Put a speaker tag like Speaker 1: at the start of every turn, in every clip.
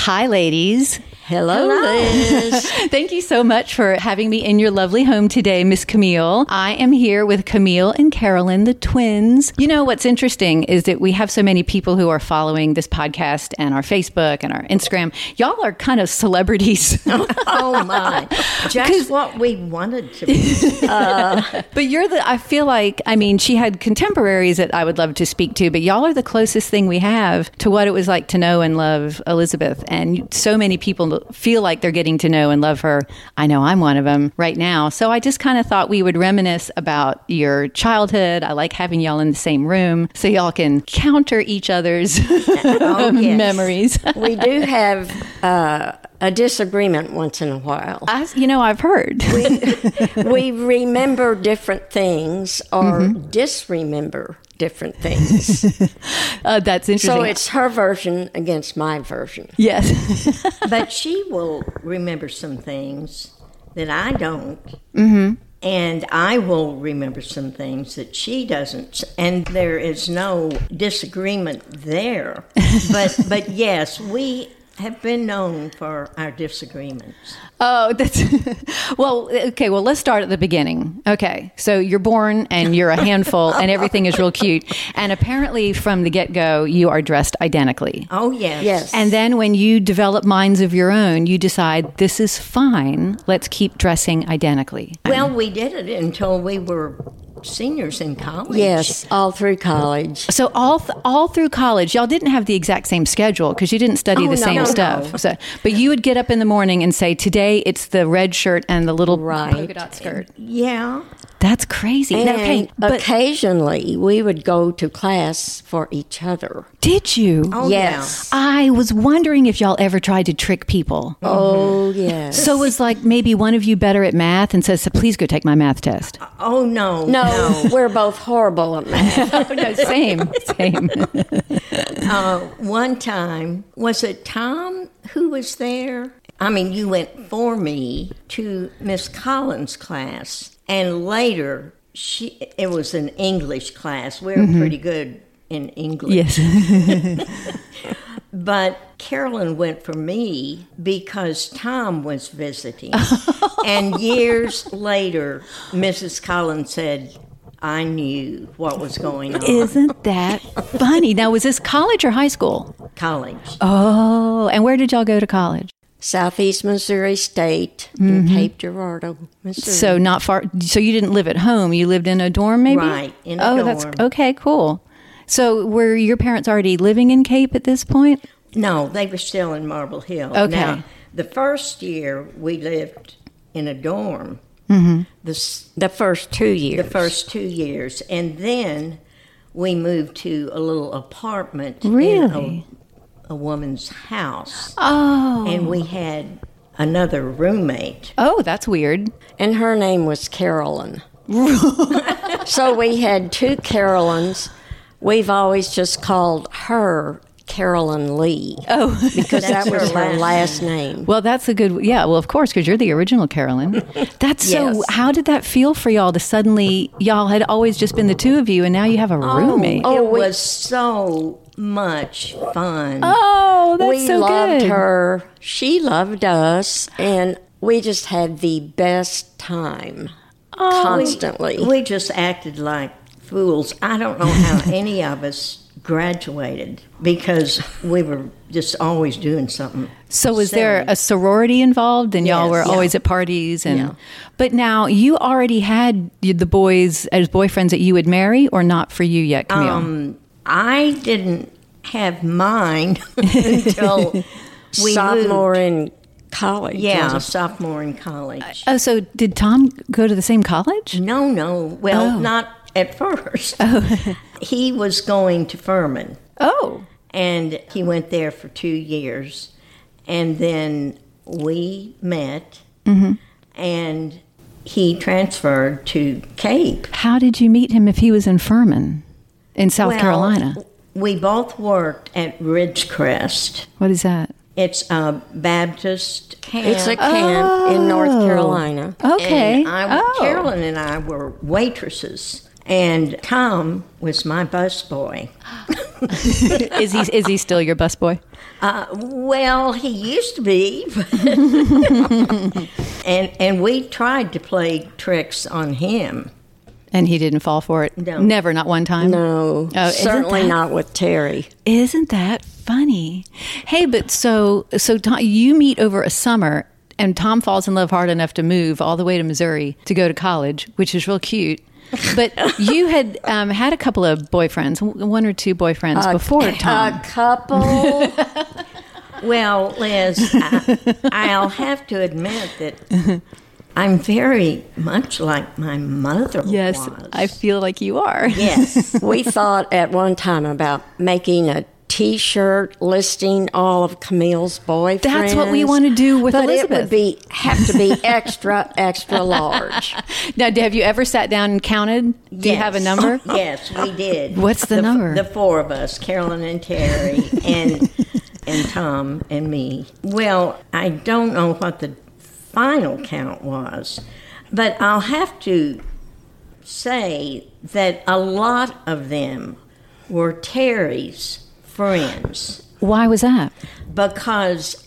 Speaker 1: Hi, ladies. Hello, Thank you so much for having me in your lovely home today, Miss Camille. I am here with Camille and Carolyn, the twins. You know, what's interesting is that we have so many people who are following this podcast and our Facebook and our Instagram. Y'all are kind of celebrities.
Speaker 2: Oh my! Just what we wanted to be.
Speaker 1: But you're the, I feel like, I mean, she had contemporaries that I would love to speak to, but y'all are the closest thing we have to what it was like to know and love Elizabeth. And so many people feel like they're getting to know and love her. I know I'm one of them right now. So I just kind of thought we would reminisce about your childhood. I like having y'all in the same room so y'all can counter each other's
Speaker 2: Oh, yes.
Speaker 1: memories.
Speaker 2: we do have uh, a disagreement once in a while.
Speaker 1: I, you know, I've heard.
Speaker 2: we remember different things or disremember different things.
Speaker 1: Uh, that's interesting.
Speaker 2: so it's her version against my version.
Speaker 1: yes.
Speaker 3: but she will remember some things that I don't.
Speaker 2: Mm-hmm.
Speaker 3: And I will remember some things that she doesn't, and there is no disagreement there. But but yes, we have been known for our disagreements.
Speaker 1: Oh, that's well. Okay, well, let's start at the beginning. Okay, so you're born and you're a handful, and everything is real cute. And apparently, from the get go, you are dressed identically.
Speaker 3: Oh yes,
Speaker 2: Yes.
Speaker 1: And then, when you develop minds of your own, you decide this is fine. Let's keep dressing identically.
Speaker 3: Well, we did it until we were seniors in college.
Speaker 2: Yes, all through college.
Speaker 1: So all th- all through college, y'all didn't have the exact same schedule because you didn't study
Speaker 2: Oh,
Speaker 1: the
Speaker 2: no,
Speaker 1: same
Speaker 2: no,
Speaker 1: stuff.
Speaker 2: no.
Speaker 1: So, but you would get up in the morning and say, "Today it's the red shirt and the little
Speaker 2: Right.
Speaker 1: polka dot skirt."
Speaker 3: Yeah.
Speaker 1: That's crazy.
Speaker 2: And
Speaker 1: Now, okay, but
Speaker 2: occasionally we would go to class for each other.
Speaker 1: did you?
Speaker 3: Oh,
Speaker 2: yes.
Speaker 1: I was wondering if y'all ever tried to trick people.
Speaker 2: Oh, yes.
Speaker 1: Mm-hmm. So it was like maybe one of you better at math and says, so please go take my math test.
Speaker 3: yeah. Oh no.
Speaker 2: No, we're both horrible at math.
Speaker 1: Oh, no, same, same.
Speaker 3: One time, was it Tom who was there? I mean, you went for me to Miss Collins' class, and later she it was an English class. We were
Speaker 1: Mm-hmm.
Speaker 3: pretty good in English.
Speaker 1: Yes.
Speaker 3: But Carolyn went for me because Tom was visiting. and years later, Mrs. Collins said, I knew what was going on.
Speaker 1: Isn't that funny? Now, was this college or high school?
Speaker 3: College.
Speaker 1: Oh, and where did y'all go to college?
Speaker 2: Southeast Missouri State in Cape Girardeau, Missouri.
Speaker 1: So not far. So you didn't live at home. You lived in a dorm, maybe.
Speaker 3: Right, in a
Speaker 1: oh, that's
Speaker 3: dorm.
Speaker 1: okay. Cool. So were your parents already living in Cape at this point?
Speaker 3: No, they were still in Marble Hill.
Speaker 1: Okay.
Speaker 3: Now, the first year we lived in a dorm. The s
Speaker 2: the first two
Speaker 3: the
Speaker 2: years.
Speaker 3: first two years, and then we moved to a little apartment in
Speaker 1: Really?
Speaker 3: a, a woman's house,
Speaker 1: Oh,
Speaker 3: and we had another roommate.
Speaker 1: Oh, that's weird.
Speaker 2: and her name was Carolyn. so we had two Carolines. We've always just called her Carolyn Lee. Oh, because that
Speaker 3: That's
Speaker 2: was
Speaker 3: her
Speaker 2: her
Speaker 3: last
Speaker 2: last name.
Speaker 1: Well, that's a good. Yeah, well, of course, because you're the original Carolyn. That's so.
Speaker 2: Yes.
Speaker 1: How did that feel for y'all to suddenly y'all had always just been the two of you, and now you have a roommate?
Speaker 2: Oh,
Speaker 3: it
Speaker 2: we-
Speaker 3: was so much fun.
Speaker 1: Oh, that's
Speaker 2: we
Speaker 1: so
Speaker 2: loved
Speaker 1: good.
Speaker 2: her. She loved us, and we just had the best time
Speaker 1: Oh,
Speaker 2: constantly.
Speaker 3: We just acted like fools. I don't know how any of us graduated because we were just always doing something.
Speaker 1: So was
Speaker 3: silly.
Speaker 1: there a sorority involved, and y'all
Speaker 3: Yes.
Speaker 1: were
Speaker 3: Yeah.
Speaker 1: always at parties? And
Speaker 2: Yeah.
Speaker 1: but now you already had the boys as boyfriends that you would marry, or not for you yet, Camille?
Speaker 2: Um,
Speaker 3: I didn't have mine until we
Speaker 2: sophomore
Speaker 3: moved.
Speaker 2: in college.
Speaker 3: Yeah,
Speaker 2: wasn't
Speaker 3: sophomore in college.
Speaker 1: oh, so did Tom go to the same college?
Speaker 3: No, no. Well, not at first. he was going to Furman,
Speaker 1: Oh,
Speaker 3: and he went there for two years, and then we met,
Speaker 1: Mm-hmm.
Speaker 3: and he transferred to Cape.
Speaker 1: how did you meet him if he was in Furman, in South
Speaker 3: Well,
Speaker 1: Carolina?
Speaker 3: We both worked at Ridgecrest.
Speaker 1: What is that?
Speaker 3: It's a Baptist camp.
Speaker 2: It's a camp
Speaker 1: Oh.
Speaker 2: in North Carolina.
Speaker 1: Okay.
Speaker 3: And I,
Speaker 1: oh.
Speaker 3: Carolyn and I were waitresses, and Tom was my busboy.
Speaker 1: Is he is he still your busboy?
Speaker 3: Uh, Well, he used to be, but and and we tried to play tricks on him.
Speaker 1: And he didn't fall for it.
Speaker 3: No.
Speaker 1: Never, not one time.
Speaker 2: No,
Speaker 1: Oh, isn't
Speaker 2: certainly
Speaker 1: that-
Speaker 2: not with Terry.
Speaker 1: Isn't that funny? Hey, but so so Tom, you meet over a summer, and Tom falls in love hard enough to move all the way to Missouri to go to college, which is real cute. But you had um, had a couple of boyfriends, w- one or two boyfriends before Tom.
Speaker 2: A couple.
Speaker 3: Well, Liz, I, I'll have to admit that I'm very much like my mother
Speaker 1: yes,
Speaker 3: was.
Speaker 1: I feel like you are.
Speaker 3: yes.
Speaker 2: we thought at one time about making a T-shirt listing all of Camille's boyfriends.
Speaker 1: That's what we want to do with
Speaker 2: but It
Speaker 1: Elizabeth.
Speaker 2: would be have to be extra extra large.
Speaker 1: Now, have you ever sat down and counted? Do you have a
Speaker 3: Yes.
Speaker 1: number?
Speaker 3: Yes, we did.
Speaker 1: What's the
Speaker 3: f-
Speaker 1: number?
Speaker 3: The four of us, Carolyn and Terry and and Tom and me. Well, I don't know what the final count was, but I'll have to say that a lot of them were Terry's friends
Speaker 1: Why was that?
Speaker 3: because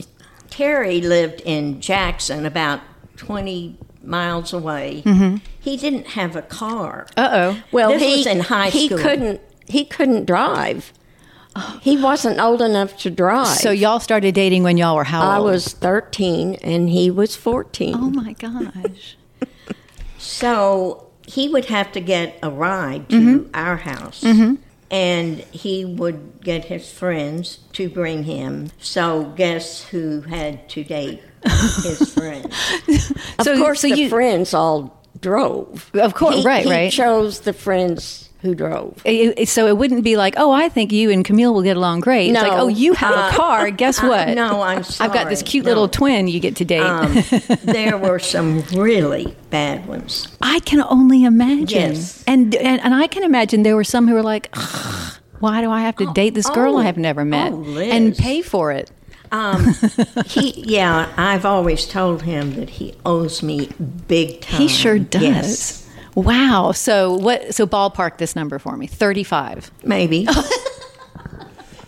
Speaker 3: Terry lived in Jackson about 20 miles away.
Speaker 1: Mm-hmm.
Speaker 3: He didn't have a car.
Speaker 1: Uh oh.
Speaker 2: Well,
Speaker 3: This
Speaker 2: he
Speaker 3: was in high
Speaker 2: he
Speaker 3: school.
Speaker 2: couldn't he couldn't drive. He wasn't old enough to drive.
Speaker 1: So y'all started dating when y'all were how
Speaker 2: I
Speaker 1: old?
Speaker 2: was thirteen and he was fourteen.
Speaker 1: Oh my gosh.
Speaker 3: So he would have to get a ride to
Speaker 1: Mm-hmm.
Speaker 3: our house. And he would get his friends to bring him. So, guess who had to date his friends?
Speaker 2: of
Speaker 1: so-
Speaker 2: course,
Speaker 1: so
Speaker 2: the
Speaker 1: you-
Speaker 2: friends all drove.
Speaker 1: Of course,
Speaker 2: He-
Speaker 1: right,
Speaker 2: he
Speaker 1: right.
Speaker 2: Chose the friends who drove.
Speaker 1: It- it- so it wouldn't be like, oh, I think you and Camille will get along great. It's like,
Speaker 2: No.
Speaker 1: oh, you have a
Speaker 3: Uh,
Speaker 1: car. Guess
Speaker 3: uh,
Speaker 1: what?
Speaker 3: no, I'm
Speaker 1: I've got this
Speaker 3: sorry.
Speaker 1: cute
Speaker 3: No. Um,
Speaker 1: little twin you get to date.
Speaker 3: there were some really bad ones.
Speaker 1: I can only imagine.
Speaker 3: Yes.
Speaker 1: And, and and I can imagine there were some who were like, "Ugh, why do I have to date this girl I have never met
Speaker 3: oh, Liz.
Speaker 1: and pay for it?
Speaker 3: He, yeah, I've always told him that he owes me big time.
Speaker 1: He sure does.
Speaker 3: Um, Yes,
Speaker 1: Wow. So what? So ballpark this number for me. Thirty-five.
Speaker 3: maybe.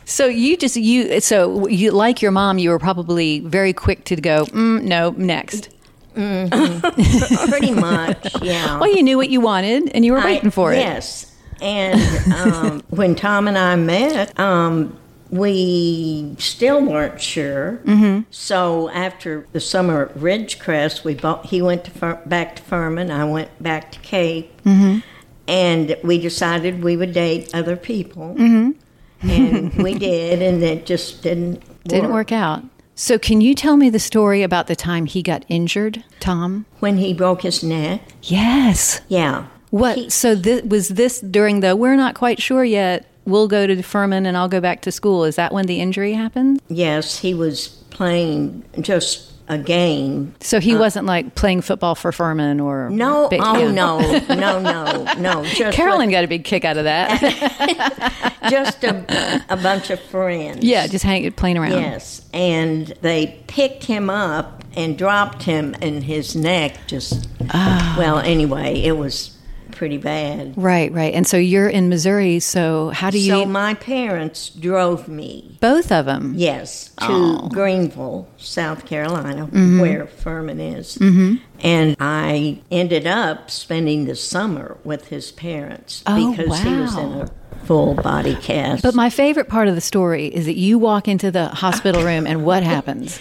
Speaker 1: So you just you so you like your mom. You were probably very quick to go. Mm, no, next.
Speaker 3: Uh-huh. Pretty much, yeah.
Speaker 1: Well, you knew what you wanted, and you were waiting
Speaker 3: I-
Speaker 1: for it.
Speaker 3: Yes. And um, when Tom and I met, um, we still weren't sure. Mm-hmm. So after the summer at Ridgecrest, we bought, he went to Fur- back to Furman, I went back to Cape, and we decided we would date other people. And we did, and it just didn't
Speaker 1: Didn't work out. So can you tell me the story about the time he got injured, Tom?
Speaker 3: When he broke his neck,
Speaker 1: Yes.
Speaker 3: yeah.
Speaker 1: What? so this was this during the we're not quite sure yet. We'll go to Furman and I'll go back to school. Is that when the injury happened?
Speaker 3: Yes, he was playing just a game.
Speaker 1: So he wasn't like playing football for Furman or
Speaker 3: Uh. No,
Speaker 1: Big-
Speaker 3: oh
Speaker 1: yeah.
Speaker 3: no, no, no, no. Just
Speaker 1: Carolyn got a big kick out of that.
Speaker 3: like- just a, a bunch of friends.
Speaker 1: yeah, just hang playing around.
Speaker 3: Yes, and they picked him up and dropped him, and his neck just.
Speaker 1: Ah.
Speaker 3: Well, anyway, it was pretty bad.
Speaker 1: Right, right. And so you're in Missouri. So how do you?
Speaker 3: So my parents drove me,
Speaker 1: both of them.
Speaker 3: yes, to
Speaker 1: Oh.
Speaker 3: Greenville, South Carolina,
Speaker 1: Mm-hmm.
Speaker 3: where Furman is. And I ended up spending the summer with his parents
Speaker 1: Oh,
Speaker 3: because he was in
Speaker 1: wow.
Speaker 3: a full body cast.
Speaker 1: But my favorite part of the story is that you walk into the hospital room and what happens?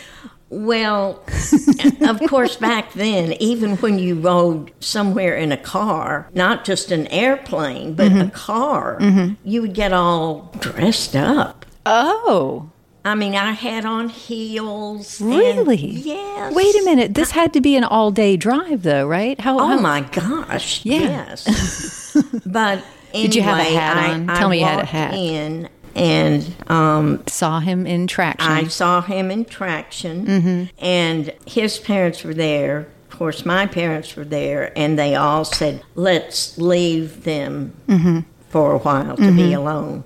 Speaker 3: Well, of course, back then, even when you rode somewhere in a car, not just an airplane, but
Speaker 1: Mm-hmm.
Speaker 3: a car, you would get all dressed up.
Speaker 1: Oh,
Speaker 3: I mean, I had on heels. and-
Speaker 1: really?
Speaker 3: yes.
Speaker 1: Wait a minute. This had to be an all day drive, though, right? How?
Speaker 3: Oh
Speaker 1: how-
Speaker 3: my gosh!
Speaker 1: Yeah.
Speaker 3: Yes. but anyway,
Speaker 1: Did you have a hat on?
Speaker 3: I,
Speaker 1: Tell
Speaker 3: I
Speaker 1: me you had a
Speaker 3: walked
Speaker 1: hat.
Speaker 3: In and um,
Speaker 1: Saw him in traction.
Speaker 3: I saw him in Traction, and his parents were there. Of course, my parents were there, and they all said, "Let's leave them for a while to be alone."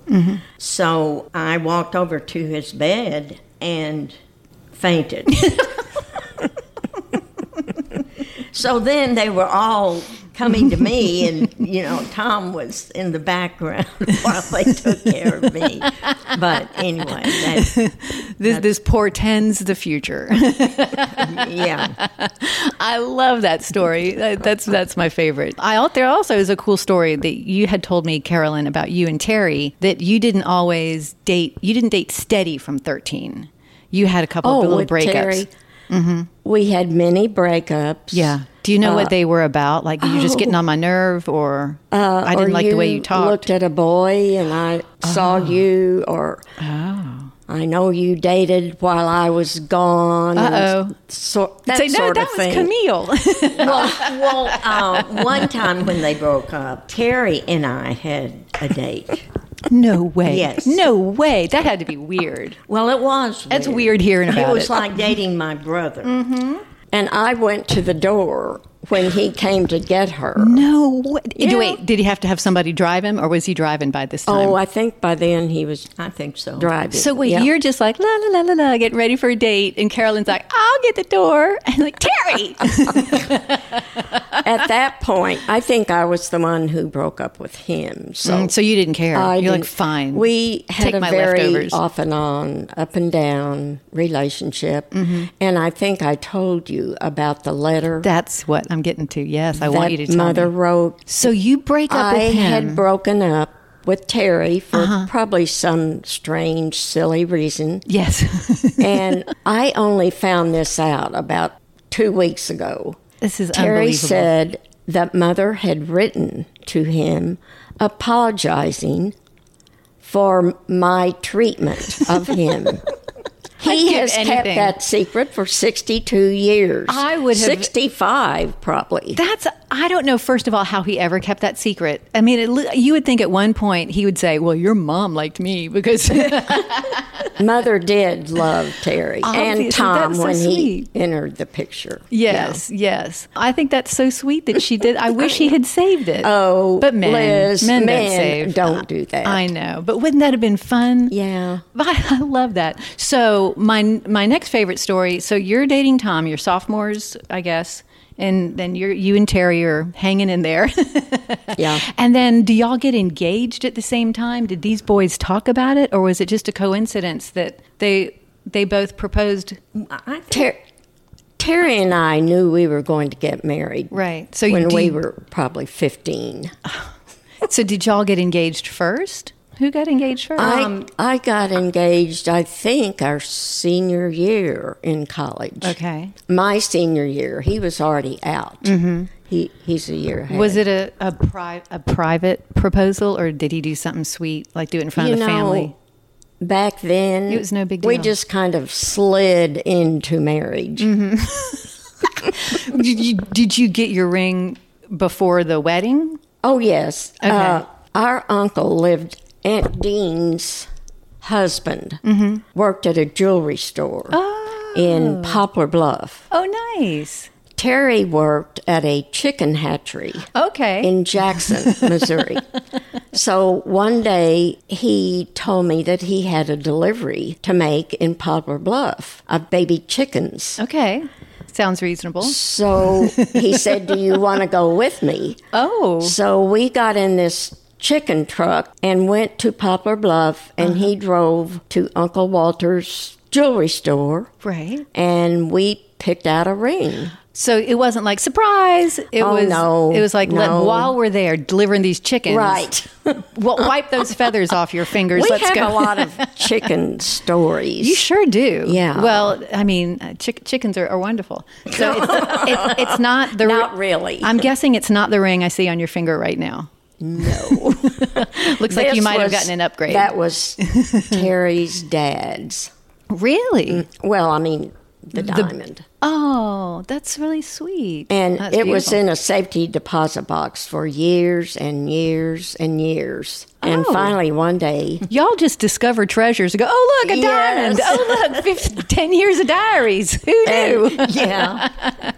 Speaker 3: So I walked over to his bed and fainted. so then they were all coming to me, and you know, Tom was in the background while they took care of me. But anyway, that's
Speaker 1: this, this portends the future.
Speaker 3: yeah.
Speaker 1: I love that story. That- That's that's my favorite. I al- there also is a cool story that you had told me, Carolyn, about you and Terry that you didn't always date. You didn't date steady from thirteen. You had a couple of little
Speaker 2: Oh, with
Speaker 1: breakups.
Speaker 2: Terry, we had many breakups.
Speaker 1: Yeah. Do you know
Speaker 2: Uh,
Speaker 1: what they were about? Like you just getting on my nerve, or I didn't
Speaker 2: oh. Uh, Or
Speaker 1: like the way you talked. Oh.
Speaker 2: Looked at a boy, and I saw you, or I know you dated while I was gone. and
Speaker 1: Uh-oh.
Speaker 2: so, that
Speaker 1: Say no,
Speaker 2: sort
Speaker 1: that
Speaker 2: of
Speaker 1: was
Speaker 2: thing.
Speaker 1: Camille.
Speaker 3: Well, well uh, one time when they broke up, Terry and I had a date.
Speaker 1: no way.
Speaker 3: Yes.
Speaker 1: No way. That had to be weird.
Speaker 3: Well, it was. Weird.
Speaker 1: That's weird hearing about
Speaker 3: It was
Speaker 1: it. Mm-hmm.
Speaker 3: like dating my brother.
Speaker 2: And I went to the door when he came to get her.
Speaker 1: No. Way.
Speaker 2: Yeah.
Speaker 1: Wait. Did he have to have somebody drive him, or was he driving by this time?
Speaker 2: Oh, I think by then he was
Speaker 3: I think so.
Speaker 2: driving.
Speaker 1: So wait,
Speaker 2: Yeah.
Speaker 1: you're just like la la la la la, getting ready for a date, and Carolyn's like, "I'll get the door," and like Terry.
Speaker 2: at that point. I think I was the one who broke up with him. So.
Speaker 1: Mm-hmm. Mm, so you didn't care.
Speaker 2: I
Speaker 1: You're like,
Speaker 2: didn't-
Speaker 1: "Fine."
Speaker 2: We had
Speaker 1: Take
Speaker 2: a
Speaker 1: my
Speaker 2: very
Speaker 1: leftovers.
Speaker 2: off and on, up and down relationship,
Speaker 1: Mm-hmm.
Speaker 2: and I think I told you about the letter
Speaker 1: That's what I'm getting to. Yes, I want
Speaker 2: that
Speaker 1: you to tell
Speaker 2: mother
Speaker 1: me.
Speaker 2: wrote.
Speaker 1: So you break up
Speaker 2: I
Speaker 1: with him. Uh-huh.
Speaker 2: had broken up with Terry for probably some strange, silly reason,
Speaker 1: yes,
Speaker 2: and I only found this out about two weeks ago.
Speaker 1: this is
Speaker 2: Terry
Speaker 1: unbelievable.
Speaker 2: said that mother had written to him apologizing for my treatment of him. he
Speaker 1: give
Speaker 2: has kept
Speaker 1: anything.
Speaker 2: that secret for 62 years.
Speaker 1: I would have-
Speaker 2: 65 probably.
Speaker 1: That's I don't know. First of all, how he ever kept that secret. I mean, it, li- you would think at one point he would say, "Well, your mom liked me because."
Speaker 2: Mother did love Terry
Speaker 1: Obviously,
Speaker 2: and Tom
Speaker 1: that's so
Speaker 2: when
Speaker 1: sweet.
Speaker 2: he entered the picture.
Speaker 1: yes, yes. I think that's so sweet that she did. I wish he had saved it.
Speaker 2: Oh,
Speaker 1: but men,
Speaker 2: Liz,
Speaker 1: men, don't
Speaker 2: men
Speaker 1: save.
Speaker 2: don't do that.
Speaker 1: I know, but wouldn't that have been fun?
Speaker 2: Yeah.
Speaker 1: But I love that. So my my next favorite story. So you're dating Tom. You're sophomores, I guess, and then you're you and Terry are hanging in there.
Speaker 2: Yeah.
Speaker 1: and then do y'all get engaged at the same time? Did these boys talk about it, or was it just a coincidence that they they both proposed?
Speaker 3: I think
Speaker 2: Ter- Terry and I knew we were going to get married.
Speaker 1: Right. So you-
Speaker 2: when
Speaker 1: do
Speaker 2: we
Speaker 1: you-
Speaker 2: were probably 15.
Speaker 1: So did y'all get engaged first? Who got engaged first? Um,
Speaker 2: I, I got engaged, I think, our senior year in college.
Speaker 1: okay.
Speaker 2: My senior year. He was already out. Mm-hmm. He, he's a year ahead.
Speaker 1: Was it a a, pri- a private proposal, or did he do something sweet, like do it in front
Speaker 2: you
Speaker 1: of the
Speaker 2: know,
Speaker 1: family?
Speaker 2: Back then,
Speaker 1: It was no big
Speaker 2: We
Speaker 1: deal. Mm-hmm.
Speaker 2: just kind of slid into marriage.
Speaker 1: Did you did you get your ring before the wedding?
Speaker 2: Oh, yes. Uh, our uncle lived,
Speaker 1: Mm-hmm.
Speaker 2: Aunt Dean's husband worked at a jewelry store. in Poplar Bluff.
Speaker 1: Oh, nice.
Speaker 2: Terry worked at a chicken hatchery
Speaker 1: Okay.
Speaker 2: in Jackson, Missouri. so one day he told me that he had a delivery to make in Poplar Bluff of baby chickens.
Speaker 1: okay. Sounds reasonable.
Speaker 2: So he said, Do you want to go with me?
Speaker 1: Oh,
Speaker 2: So we got in this chicken truck and went to Poplar Bluff, and he drove to Uncle Walter's jewelry store,
Speaker 1: right.
Speaker 2: and we picked out a ring.
Speaker 1: So it wasn't like surprise. It
Speaker 2: Oh,
Speaker 1: was
Speaker 2: no.
Speaker 1: It was like let-
Speaker 2: No.
Speaker 1: while we're there delivering these chickens,
Speaker 2: Right.
Speaker 1: Well, wipe those feathers off your fingers.
Speaker 2: we
Speaker 1: Let's
Speaker 2: have
Speaker 1: go.
Speaker 2: a lot of chicken stories.
Speaker 1: You sure do.
Speaker 2: Yeah.
Speaker 1: Well, I mean, uh, chick- chickens are, are wonderful. So it's, it's, it's not the
Speaker 2: Not really.
Speaker 1: I'm guessing it's not the ring I see on your finger right now.
Speaker 2: No.
Speaker 1: Looks like you
Speaker 2: This
Speaker 1: might have
Speaker 2: was-
Speaker 1: gotten an upgrade.
Speaker 2: That was Terry's dad's.
Speaker 1: really?
Speaker 2: Well, I mean, the diamond.
Speaker 1: Oh, that's really sweet.
Speaker 2: And
Speaker 1: That's
Speaker 2: it was
Speaker 1: beautiful.
Speaker 2: in a safety deposit box for years and years and years. And
Speaker 1: Oh.
Speaker 2: finally, one day,
Speaker 1: Y'all just discover treasures and go, oh, look, a diamond.
Speaker 2: Yes.
Speaker 1: Oh, look, 15, 10 years of diaries. Who knew?
Speaker 2: and- yeah.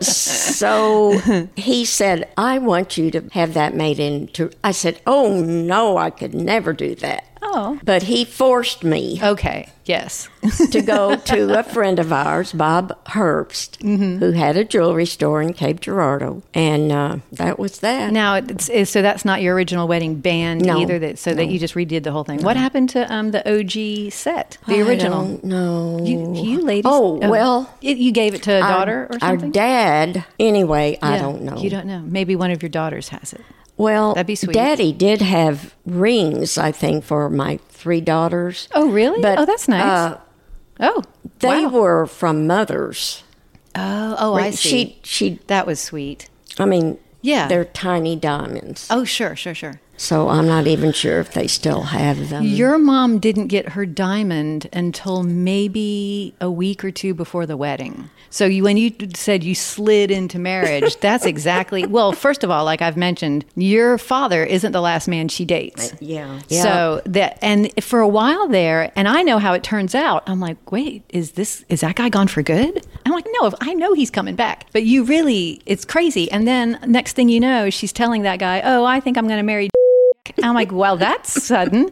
Speaker 2: So he said, I want you to have that made into. I said, Oh, no, I could never do that.
Speaker 1: Oh.
Speaker 2: But he forced me
Speaker 1: Okay. Yes.
Speaker 2: to go to a friend of ours, Bob Herbst,
Speaker 1: Mm-hmm.
Speaker 2: who had a jewelry store in Cape Girardeau. And uh, that was that.
Speaker 1: Now, it's, it's- so that's not your original wedding band
Speaker 2: No,
Speaker 1: either. That so that you just redid the whole thing. What happened to um, the OG set, the original?
Speaker 2: No.
Speaker 1: You, you ladies.
Speaker 2: Oh, well,
Speaker 1: it, you gave it to a daughter or
Speaker 2: Our
Speaker 1: something.
Speaker 2: dad, anyway, I
Speaker 1: Yeah.
Speaker 2: don't know.
Speaker 1: You don't know. Maybe one of your daughters has it.
Speaker 2: Well,
Speaker 1: That'd be sweet.
Speaker 2: Daddy did have rings, I think, for my three daughters.
Speaker 1: Oh, really?
Speaker 2: But,
Speaker 1: oh, that's nice.
Speaker 2: uh,
Speaker 1: oh,
Speaker 2: They
Speaker 1: wow.
Speaker 2: were from mothers.
Speaker 1: Oh, oh, I see.
Speaker 2: She, she.
Speaker 1: that was sweet.
Speaker 2: I mean,
Speaker 1: Yeah.
Speaker 2: they're tiny diamonds.
Speaker 1: Oh, sure, sure, sure.
Speaker 2: So I'm not even sure if they still have
Speaker 3: Um,
Speaker 2: them.
Speaker 1: Your mom didn't get her diamond until maybe a week or two before the wedding. So you, when you said you slid into marriage, that's exactly. Well, first of all, like I've mentioned, your father isn't the last man she dates.
Speaker 3: Yeah.
Speaker 1: So that and for a while there, and I know how it turns out. I'm like, wait, is this is that guy gone for good? I'm like, no, I know he's coming back. But you really, it's crazy. And then next thing you know, she's telling that guy, oh, I think I'm going to marry. I'm like, well, that's sudden.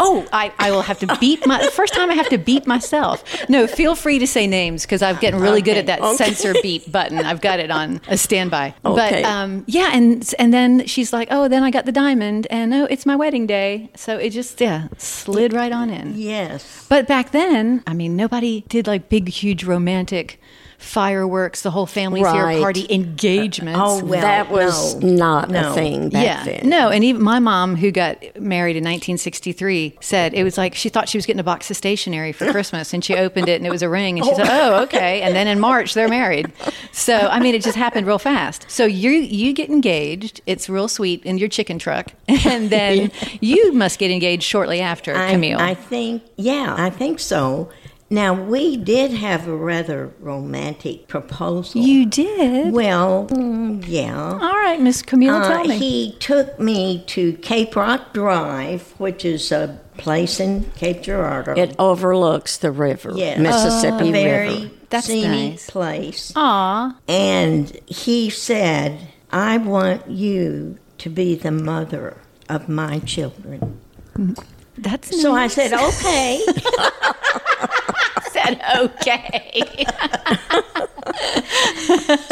Speaker 1: Oh, I, I will have to beat my first time. I have to beat myself. No, feel free to say names because I've gotten really good at that censor beep button. I've got it on a standby.
Speaker 2: Okay.
Speaker 1: But um, yeah, and and then she's like, oh, then I got the diamond, and oh, it's my wedding day. So it just yeah slid right on in.
Speaker 3: Yes.
Speaker 1: But back then, I mean, nobody did like big, huge romantic fireworks, the whole family's
Speaker 2: Right. Uh,
Speaker 1: here party engagements.
Speaker 3: Oh, well,
Speaker 2: that was
Speaker 3: no.
Speaker 2: not
Speaker 3: No.
Speaker 2: a thing back
Speaker 1: yeah.
Speaker 2: then.
Speaker 1: No, and even my mom, who got married in 1963, said it was like she thought she was getting a box of stationery for Christmas, and she opened it and it was a ring, and she said, "Oh, okay." And then in March they're married. So I mean, it just happened real fast. So you you get engaged, it's real sweet in your chicken truck, and then you must get engaged shortly after Camille.
Speaker 3: I, I think, yeah, I think so. Now, we did have a rather romantic proposal.
Speaker 1: you did.
Speaker 3: Well, mm, yeah.
Speaker 1: All right, Miss Camille,
Speaker 3: Uh,
Speaker 1: tell me.
Speaker 3: He took me to Cape Rock Drive, which is a place in Cape Girardeau.
Speaker 2: It overlooks the river,
Speaker 3: Yes.
Speaker 2: Mississippi
Speaker 3: a very
Speaker 2: River.
Speaker 1: That's
Speaker 3: scenic
Speaker 1: nice.
Speaker 3: place.
Speaker 1: Aw,
Speaker 3: And he said, I want you to be the mother of my children.
Speaker 1: that's
Speaker 3: So I
Speaker 1: nice.
Speaker 3: said, okay.
Speaker 1: said okay.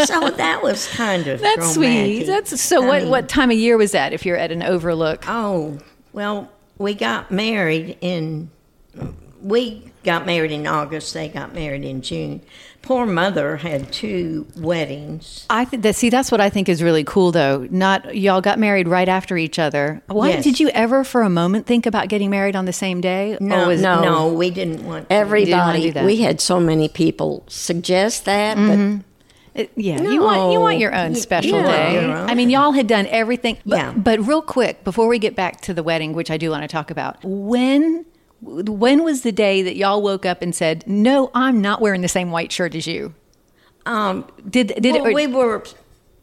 Speaker 3: so that was kind of
Speaker 1: That's sweet.
Speaker 3: romantic. Um,
Speaker 1: That's so.
Speaker 3: I
Speaker 1: what
Speaker 3: mean,
Speaker 1: what time of year was that? If you're at an overlook,
Speaker 3: Oh, well, we got married in we got married in August. They got married in June. Poor mother had two weddings.
Speaker 1: I think that see that's what I think is really cool though. Not y'all got married right after each other. Why
Speaker 3: Yes.
Speaker 1: did you ever for a moment think about getting married on the same day?
Speaker 3: No,
Speaker 1: or was,
Speaker 3: no, we didn't want to.
Speaker 1: You
Speaker 2: Everybody,
Speaker 1: didn't wanna do that.
Speaker 2: we had so many people suggest that,
Speaker 3: Mm-hmm.
Speaker 2: but
Speaker 1: It- yeah, you want you want your own
Speaker 2: No.
Speaker 1: special
Speaker 2: You want
Speaker 1: day.
Speaker 3: your own.
Speaker 1: I mean, y'all had done everything. But,
Speaker 3: Yeah.
Speaker 1: But real quick, before we get back to the wedding, which I do want to talk about, when when was the day that y'all woke up and said, "No, I'm not wearing the same white shirt as you"?
Speaker 3: Um,
Speaker 1: Did did
Speaker 3: well,
Speaker 1: it, or- Mm-hmm.
Speaker 3: we were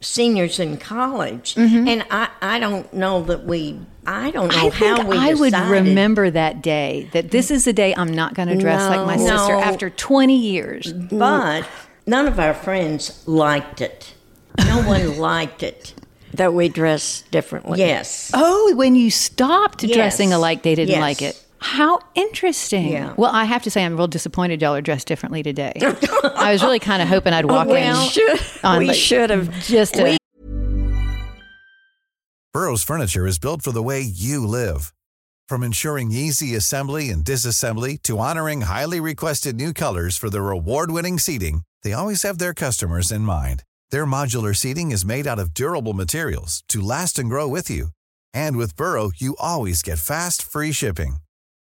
Speaker 3: seniors in college, and I, I don't know that we I don't know
Speaker 1: I
Speaker 3: how
Speaker 1: think
Speaker 3: we
Speaker 1: I would
Speaker 3: decided.
Speaker 1: remember that day that this is the day I'm not going to dress like my
Speaker 3: No.
Speaker 1: sister
Speaker 3: No.
Speaker 1: after 20 years.
Speaker 3: but none of our friends liked it. No one liked it.
Speaker 2: that we dress differently.
Speaker 3: Yes.
Speaker 1: Oh, when you stopped
Speaker 3: Yes.
Speaker 1: dressing alike, they didn't
Speaker 3: Yes.
Speaker 1: like it. How interesting.
Speaker 3: Yeah.
Speaker 1: Well, I have to say, I'm real disappointed y'all are dressed differently today. I was really kind of hoping I'd walk
Speaker 2: Well,
Speaker 1: in.
Speaker 2: should,
Speaker 1: on,
Speaker 2: we
Speaker 1: like,
Speaker 2: should have
Speaker 1: Just a,
Speaker 2: we-
Speaker 4: Burrow's furniture is built for the way you live. From ensuring easy assembly and disassembly to honoring highly requested new colors for their award-winning seating, they always have their customers in mind. Their modular seating is made out of durable materials to last and grow with you. And with Burrow, you always get fast, free shipping.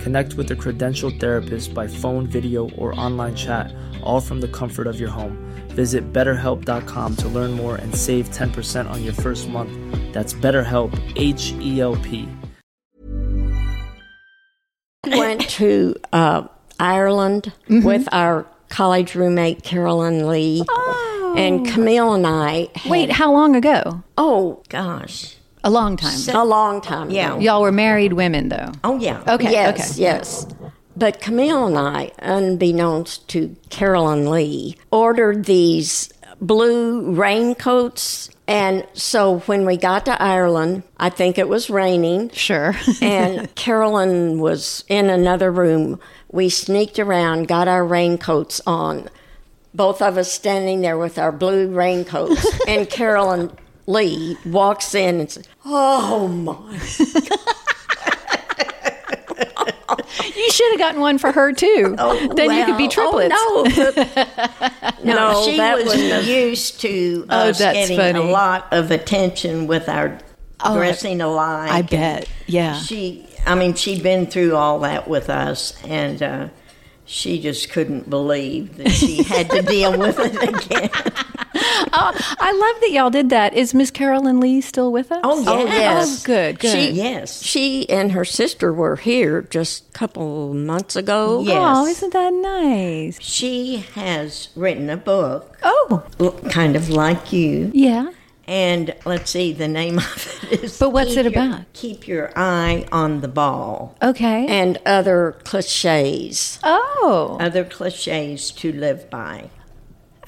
Speaker 5: Connect with a credentialed therapist by phone, video, or online chat, all from the comfort of your home. Visit betterhelp.com to learn more and save 10% on your first month. That's BetterHelp, H E L P.
Speaker 2: went to uh, Ireland
Speaker 3: Mm-hmm.
Speaker 2: with our college roommate Carolyn Lee.
Speaker 3: Oh.
Speaker 2: And Camille and I had,
Speaker 1: Oh. wait, how long ago?
Speaker 2: oh
Speaker 3: Gosh.
Speaker 1: A long time.
Speaker 2: a long time
Speaker 3: Yeah.
Speaker 2: ago.
Speaker 1: y'all were married women, though.
Speaker 3: Oh yeah.
Speaker 1: Okay.
Speaker 2: yes,
Speaker 1: Okay.
Speaker 2: yes. But Camille and I, unbeknownst to Carolyn Lee, ordered these blue raincoats. And so when we got to Ireland, I think it was raining.
Speaker 1: Sure.
Speaker 2: and Carolyn was in another room. We sneaked around, got our raincoats on, both of us standing there with our blue raincoats. and Carolyn Lee walks in and says, Oh my.
Speaker 1: you should have gotten one for her, too. then you could be triplets.
Speaker 2: Oh, no. no,
Speaker 3: No, she
Speaker 2: that
Speaker 3: was
Speaker 2: wouldn't have-
Speaker 3: used to
Speaker 1: Oh,
Speaker 3: us
Speaker 1: that's
Speaker 3: getting
Speaker 1: funny.
Speaker 3: a lot of attention with our
Speaker 1: Oh, I-
Speaker 3: dressing alike.
Speaker 1: I
Speaker 3: and
Speaker 1: bet. Yeah.
Speaker 3: She, I mean, she'd been through all that with us, and uh, she just couldn't believe that she had to deal with it again.
Speaker 1: I love that y'all did that. Is Miss Carolyn Lee still with us?
Speaker 3: Oh,
Speaker 2: Oh, yes.
Speaker 1: Oh, good, good.
Speaker 2: She,
Speaker 3: Yes.
Speaker 2: She and her sister were here just a couple months ago.
Speaker 3: Yes.
Speaker 1: Oh, isn't that nice?
Speaker 3: She has written a book,
Speaker 1: Oh,
Speaker 3: l- kind of like you,
Speaker 1: yeah.
Speaker 3: and let's see, the name of it is.
Speaker 1: But what's
Speaker 3: Keep
Speaker 1: it
Speaker 3: Your-
Speaker 1: about?
Speaker 3: keep your eye on the ball.
Speaker 1: Okay.
Speaker 2: And other cliches.
Speaker 1: oh,
Speaker 3: Other cliches to live by.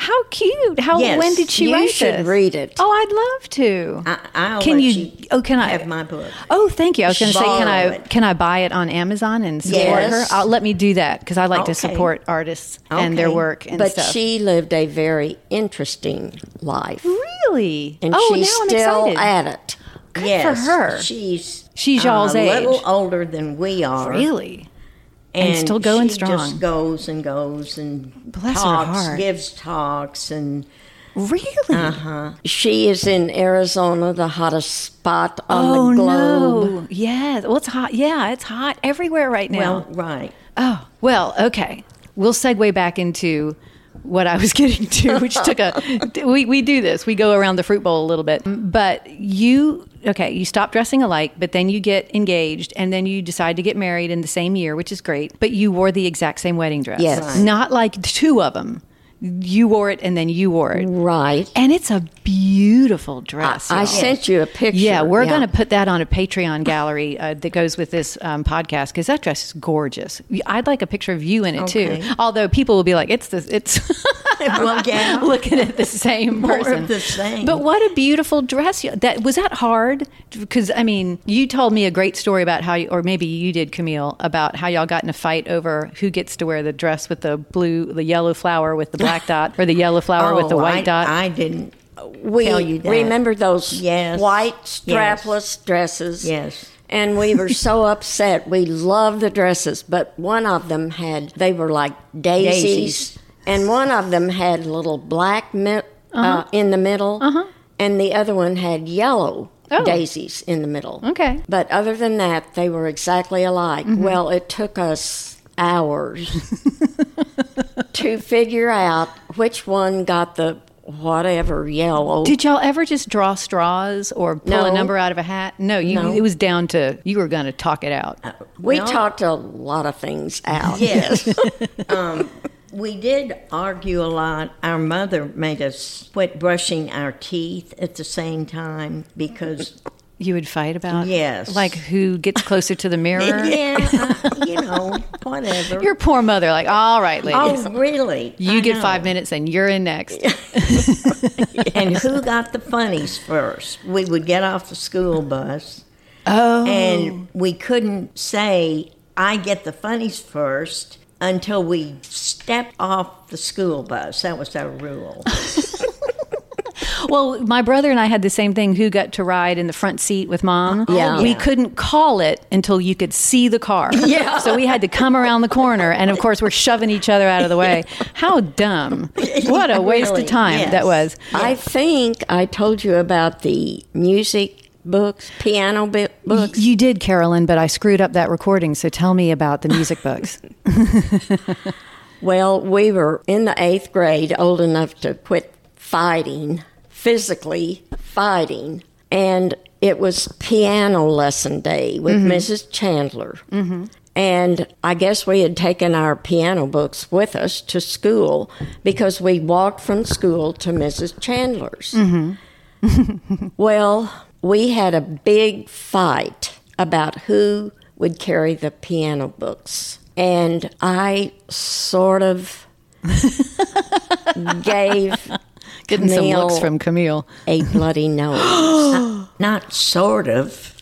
Speaker 1: how cute! How
Speaker 3: Yes,
Speaker 1: Oh, when did she
Speaker 2: you
Speaker 1: write
Speaker 2: should
Speaker 1: this?
Speaker 2: read it.
Speaker 1: Oh, I'd love to.
Speaker 3: I, I'll
Speaker 1: Can
Speaker 3: let
Speaker 1: you- oh, can I-
Speaker 3: have my book?
Speaker 1: oh, thank you. I was going to say, can I
Speaker 3: Borrow it.
Speaker 1: can I buy it on Amazon and support
Speaker 2: Yes.
Speaker 1: her? I'll, let me do that because I like to
Speaker 3: Okay.
Speaker 1: support artists and their
Speaker 3: Okay.
Speaker 1: work and
Speaker 2: but
Speaker 1: stuff.
Speaker 2: she lived a very interesting life.
Speaker 1: really.
Speaker 2: And
Speaker 1: oh,
Speaker 2: she's
Speaker 1: now I'm
Speaker 2: still
Speaker 1: excited.
Speaker 2: at it.
Speaker 1: Good for her.
Speaker 3: She's um,
Speaker 1: She's y'all's
Speaker 3: a
Speaker 1: age.
Speaker 3: little older than we are.
Speaker 1: really.
Speaker 3: and,
Speaker 1: still going
Speaker 3: she
Speaker 1: strong.
Speaker 3: Just goes and goes and
Speaker 1: Bless her
Speaker 3: talks,
Speaker 1: heart.
Speaker 3: gives talks, and uh-huh.
Speaker 1: Really.
Speaker 2: Uh, She is in Arizona, the hottest spot on
Speaker 1: Oh
Speaker 2: the globe.
Speaker 1: no! Yes. Well, it's hot. Yeah, it's hot everywhere right now.
Speaker 3: well, right.
Speaker 1: Oh, well, okay. We'll segue back into what I was getting to, which took a. We, we do this, we go around the fruit bowl a little bit. But you, okay, you stop dressing alike, but then you get engaged and then you decide to get married in the same year, which is great. But you wore the exact same wedding dress.
Speaker 2: Yes. Right.
Speaker 1: Not like two of them. You wore it and then you wore it.
Speaker 2: Right.
Speaker 1: And it's a beautiful dress.
Speaker 2: I
Speaker 1: y'all.
Speaker 2: sent you a picture.
Speaker 1: Yeah, we're going to put that on a Patreon gallery uh, that goes with this um, podcast because that dress is gorgeous. I'd like a picture of you in it
Speaker 3: Okay.
Speaker 1: too. Although people will be like, it's this, it's
Speaker 3: well, yeah.
Speaker 1: looking at the same
Speaker 3: More of
Speaker 1: person,
Speaker 3: the same.
Speaker 1: But what a beautiful dress! you- That was that hard because I mean, you told me a great story about how, you, or maybe you did, Camille, about how y'all got in a fight over who gets to wear the dress with the blue, the yellow flower with the black dot, or the yellow flower with the
Speaker 3: Oh,
Speaker 1: white
Speaker 3: I,
Speaker 1: dot.
Speaker 3: I didn't
Speaker 2: we
Speaker 3: tell you that.
Speaker 2: remember those
Speaker 3: Yes.
Speaker 2: white
Speaker 3: Yes.
Speaker 2: strapless dresses.
Speaker 3: Yes.
Speaker 2: And we were so upset. We loved the dresses, but one of them had they were like daisies,
Speaker 3: Daisies.
Speaker 2: and one of them had little black mi- uh in the middle, and the other one had yellow.
Speaker 1: Oh. Mm.
Speaker 2: daisies in the middle.
Speaker 1: Okay.
Speaker 2: But other than that, they were exactly alike. Well, it took us hours to figure out which one got the whatever yellow.
Speaker 1: Did y'all ever just draw straws or pull a
Speaker 2: No.
Speaker 1: number out of a hat? No, you,
Speaker 2: No.
Speaker 1: it was down to you were going to talk it out.
Speaker 3: Uh,
Speaker 2: we
Speaker 3: No.
Speaker 2: talked a lot of things out.
Speaker 3: Yes. um, we did argue a lot. Our mother made us quit brushing our teeth at the same time because,
Speaker 1: You would fight about
Speaker 3: Yes.
Speaker 1: like who gets closer to the mirror.
Speaker 3: yeah, I- you know, whatever.
Speaker 1: Your poor mother, like, all right, ladies,
Speaker 3: oh, really?
Speaker 1: you
Speaker 3: I
Speaker 1: get
Speaker 3: know.
Speaker 1: five minutes and you're in next.
Speaker 3: And who got the funnies first? We would get off the school bus.
Speaker 1: Oh,
Speaker 3: And we couldn't say, I get the funnies first until we stepped off the school bus. That was our rule.
Speaker 1: Well, my brother and I had the same thing. Who got to ride in the front seat with mom?
Speaker 3: Oh,
Speaker 2: Yeah.
Speaker 1: We
Speaker 2: yeah.
Speaker 1: couldn't call it until you could see the car. Yeah. So we had to come around the corner. And of course, we're shoving each other out of the way. How dumb. What a waste
Speaker 3: Really,
Speaker 1: of time
Speaker 3: yes.
Speaker 1: that was.
Speaker 2: I think I told you about the music books, piano bi- books.
Speaker 1: You did, Carolyn, but I screwed up that recording. So tell me about the music books.
Speaker 2: Well, we were in the eighth grade, old enough to quit fighting, physically fighting. And it was piano lesson day with Mrs. Chandler. Mm-hmm. And I guess we had taken our piano books with us to school because we walked from school to Mrs. Chandler's. Well, we had a big fight about who would carry the piano books. And I sort of gave
Speaker 1: Getting some
Speaker 2: Camille
Speaker 1: looks from Camille.
Speaker 2: a bloody nose.
Speaker 3: Not sort of.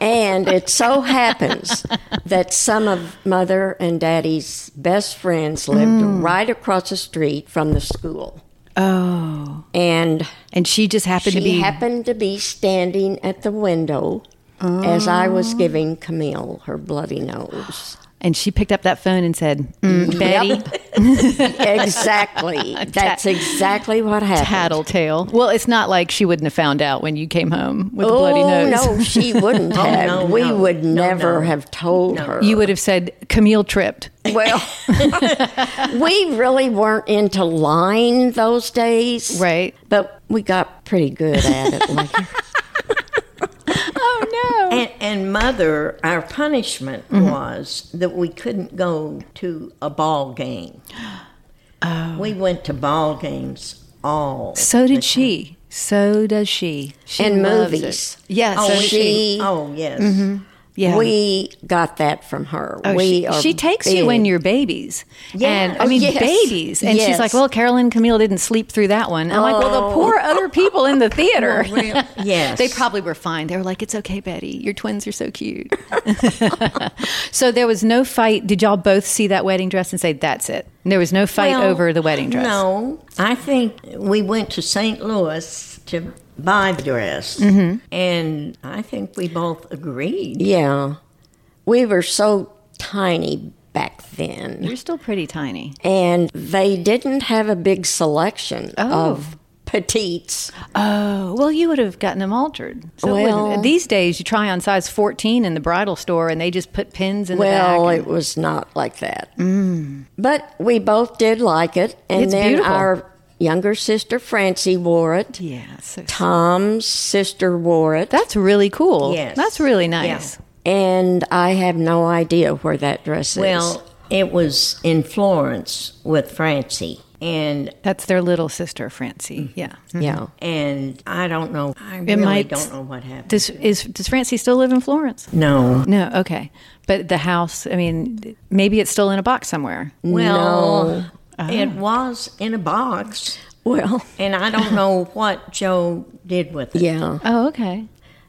Speaker 2: and it so happens that some of mother and daddy's best friends lived right across the street from the school. Oh. And
Speaker 1: And she just happened
Speaker 2: she
Speaker 1: to be.
Speaker 2: happened to be standing at the window as I
Speaker 1: Oh.
Speaker 2: was giving Camille her bloody nose.
Speaker 1: and she picked up that phone and said, "Mm,
Speaker 2: Mm-hmm.
Speaker 1: Betty.
Speaker 2: exactly. That's exactly what happened.
Speaker 1: Tattletale. Well, it's not like she wouldn't have found out when you came home with a bloody
Speaker 2: Oh,
Speaker 1: nose. Oh,
Speaker 2: no, she wouldn't have.
Speaker 3: no,
Speaker 2: we
Speaker 3: no.
Speaker 2: would
Speaker 3: No,
Speaker 2: never
Speaker 3: no.
Speaker 2: have told her.
Speaker 1: You would have said Camille tripped.
Speaker 2: Well, we really weren't into lying those days.
Speaker 1: Right.
Speaker 2: But we got pretty good at it. Like,
Speaker 1: Oh
Speaker 3: And, and mother, our punishment
Speaker 2: Mm-hmm.
Speaker 3: was that we couldn't go to a ball game.
Speaker 1: Oh.
Speaker 3: We went to ball games all.
Speaker 1: So did she. So does she. she
Speaker 2: And
Speaker 1: loves
Speaker 2: movies.
Speaker 1: it. Yes.
Speaker 3: Oh,
Speaker 1: so
Speaker 3: we-
Speaker 1: she,
Speaker 2: she-
Speaker 3: Oh yes.
Speaker 1: Mm-hmm. yeah.
Speaker 2: We got that from her.
Speaker 1: Oh,
Speaker 2: we
Speaker 1: she,
Speaker 2: are
Speaker 1: she takes you
Speaker 2: big.
Speaker 1: when you're babies.
Speaker 3: Yeah.
Speaker 1: And I
Speaker 2: Oh,
Speaker 1: mean
Speaker 2: yes.
Speaker 1: babies. And she's
Speaker 2: Yes.
Speaker 1: like, Well, Carolyn Camille didn't sleep through that one. I'm like, Well, the
Speaker 2: Oh.
Speaker 1: poor other people in the theater.
Speaker 3: Yes.
Speaker 1: They probably were fine. They were like, "It's okay, Betty. Your twins are so cute." so there was no fight. Did y'all both see that wedding dress and say, "That's it"? And there was no fight
Speaker 3: Well,
Speaker 1: over the wedding dress.
Speaker 3: No, I think we went to St. Louis to buy the dress, and I think we both agreed.
Speaker 2: Yeah. We were so tiny back then.
Speaker 1: You're still pretty tiny.
Speaker 2: And they didn't have a big selection
Speaker 1: Oh.
Speaker 2: of petites.
Speaker 1: Oh, well, you would have gotten them altered. So it
Speaker 2: Well-
Speaker 1: wouldn't- these days, you try on size 14 in the bridal store, and they just put pins in
Speaker 2: Well,
Speaker 1: the back.
Speaker 2: it was not like that. Mm. But we both did like it. And
Speaker 1: It's
Speaker 2: then
Speaker 1: beautiful.
Speaker 2: our younger sister, Francie, wore it.
Speaker 1: and- yeah, so-
Speaker 2: Tom's sister wore it.
Speaker 1: that's really cool.
Speaker 3: Yes.
Speaker 1: that's really nice.
Speaker 2: and I have no idea where that dress is.
Speaker 3: Well, it was in Florence with Francie, and
Speaker 1: That's their little sister, Francie. Yeah.
Speaker 2: Yeah.
Speaker 3: and I don't know. I
Speaker 1: It
Speaker 3: really
Speaker 1: might-
Speaker 3: don't know what happened.
Speaker 1: Does is does Francie still live in Florence?
Speaker 3: no.
Speaker 1: No, okay. But the house, I mean, maybe it's still in a box somewhere.
Speaker 3: Well,
Speaker 1: Oh.
Speaker 3: it was in a box,
Speaker 2: Well,
Speaker 3: and I don't know what Joe did with it.
Speaker 2: yeah.
Speaker 1: Oh, okay.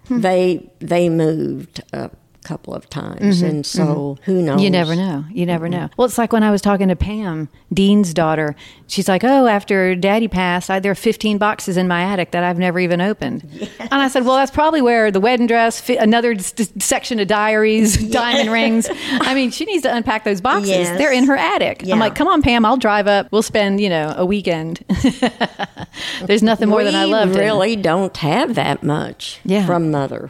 Speaker 2: they they moved a couple of times, and so who knows?
Speaker 1: Mm-hmm. You never know. You never know. Well, it's like when I was talking to Pam, Dean's daughter. She's like, "Oh, after Daddy passed, I, there are 15 boxes in my attic that I've never even opened." And I said, "Well, that's probably where the wedding dress, fi- another s- s- section of diaries, diamond rings. I mean, she needs to unpack those boxes.
Speaker 3: Yes.
Speaker 1: They're in her attic."
Speaker 3: Yeah.
Speaker 1: I'm like, "Come on, Pam. I'll drive up. We'll spend, you know, a weekend." There's nothing more
Speaker 2: we
Speaker 1: than I loved. in-
Speaker 2: really don't have that much
Speaker 1: Yeah.
Speaker 2: from mother.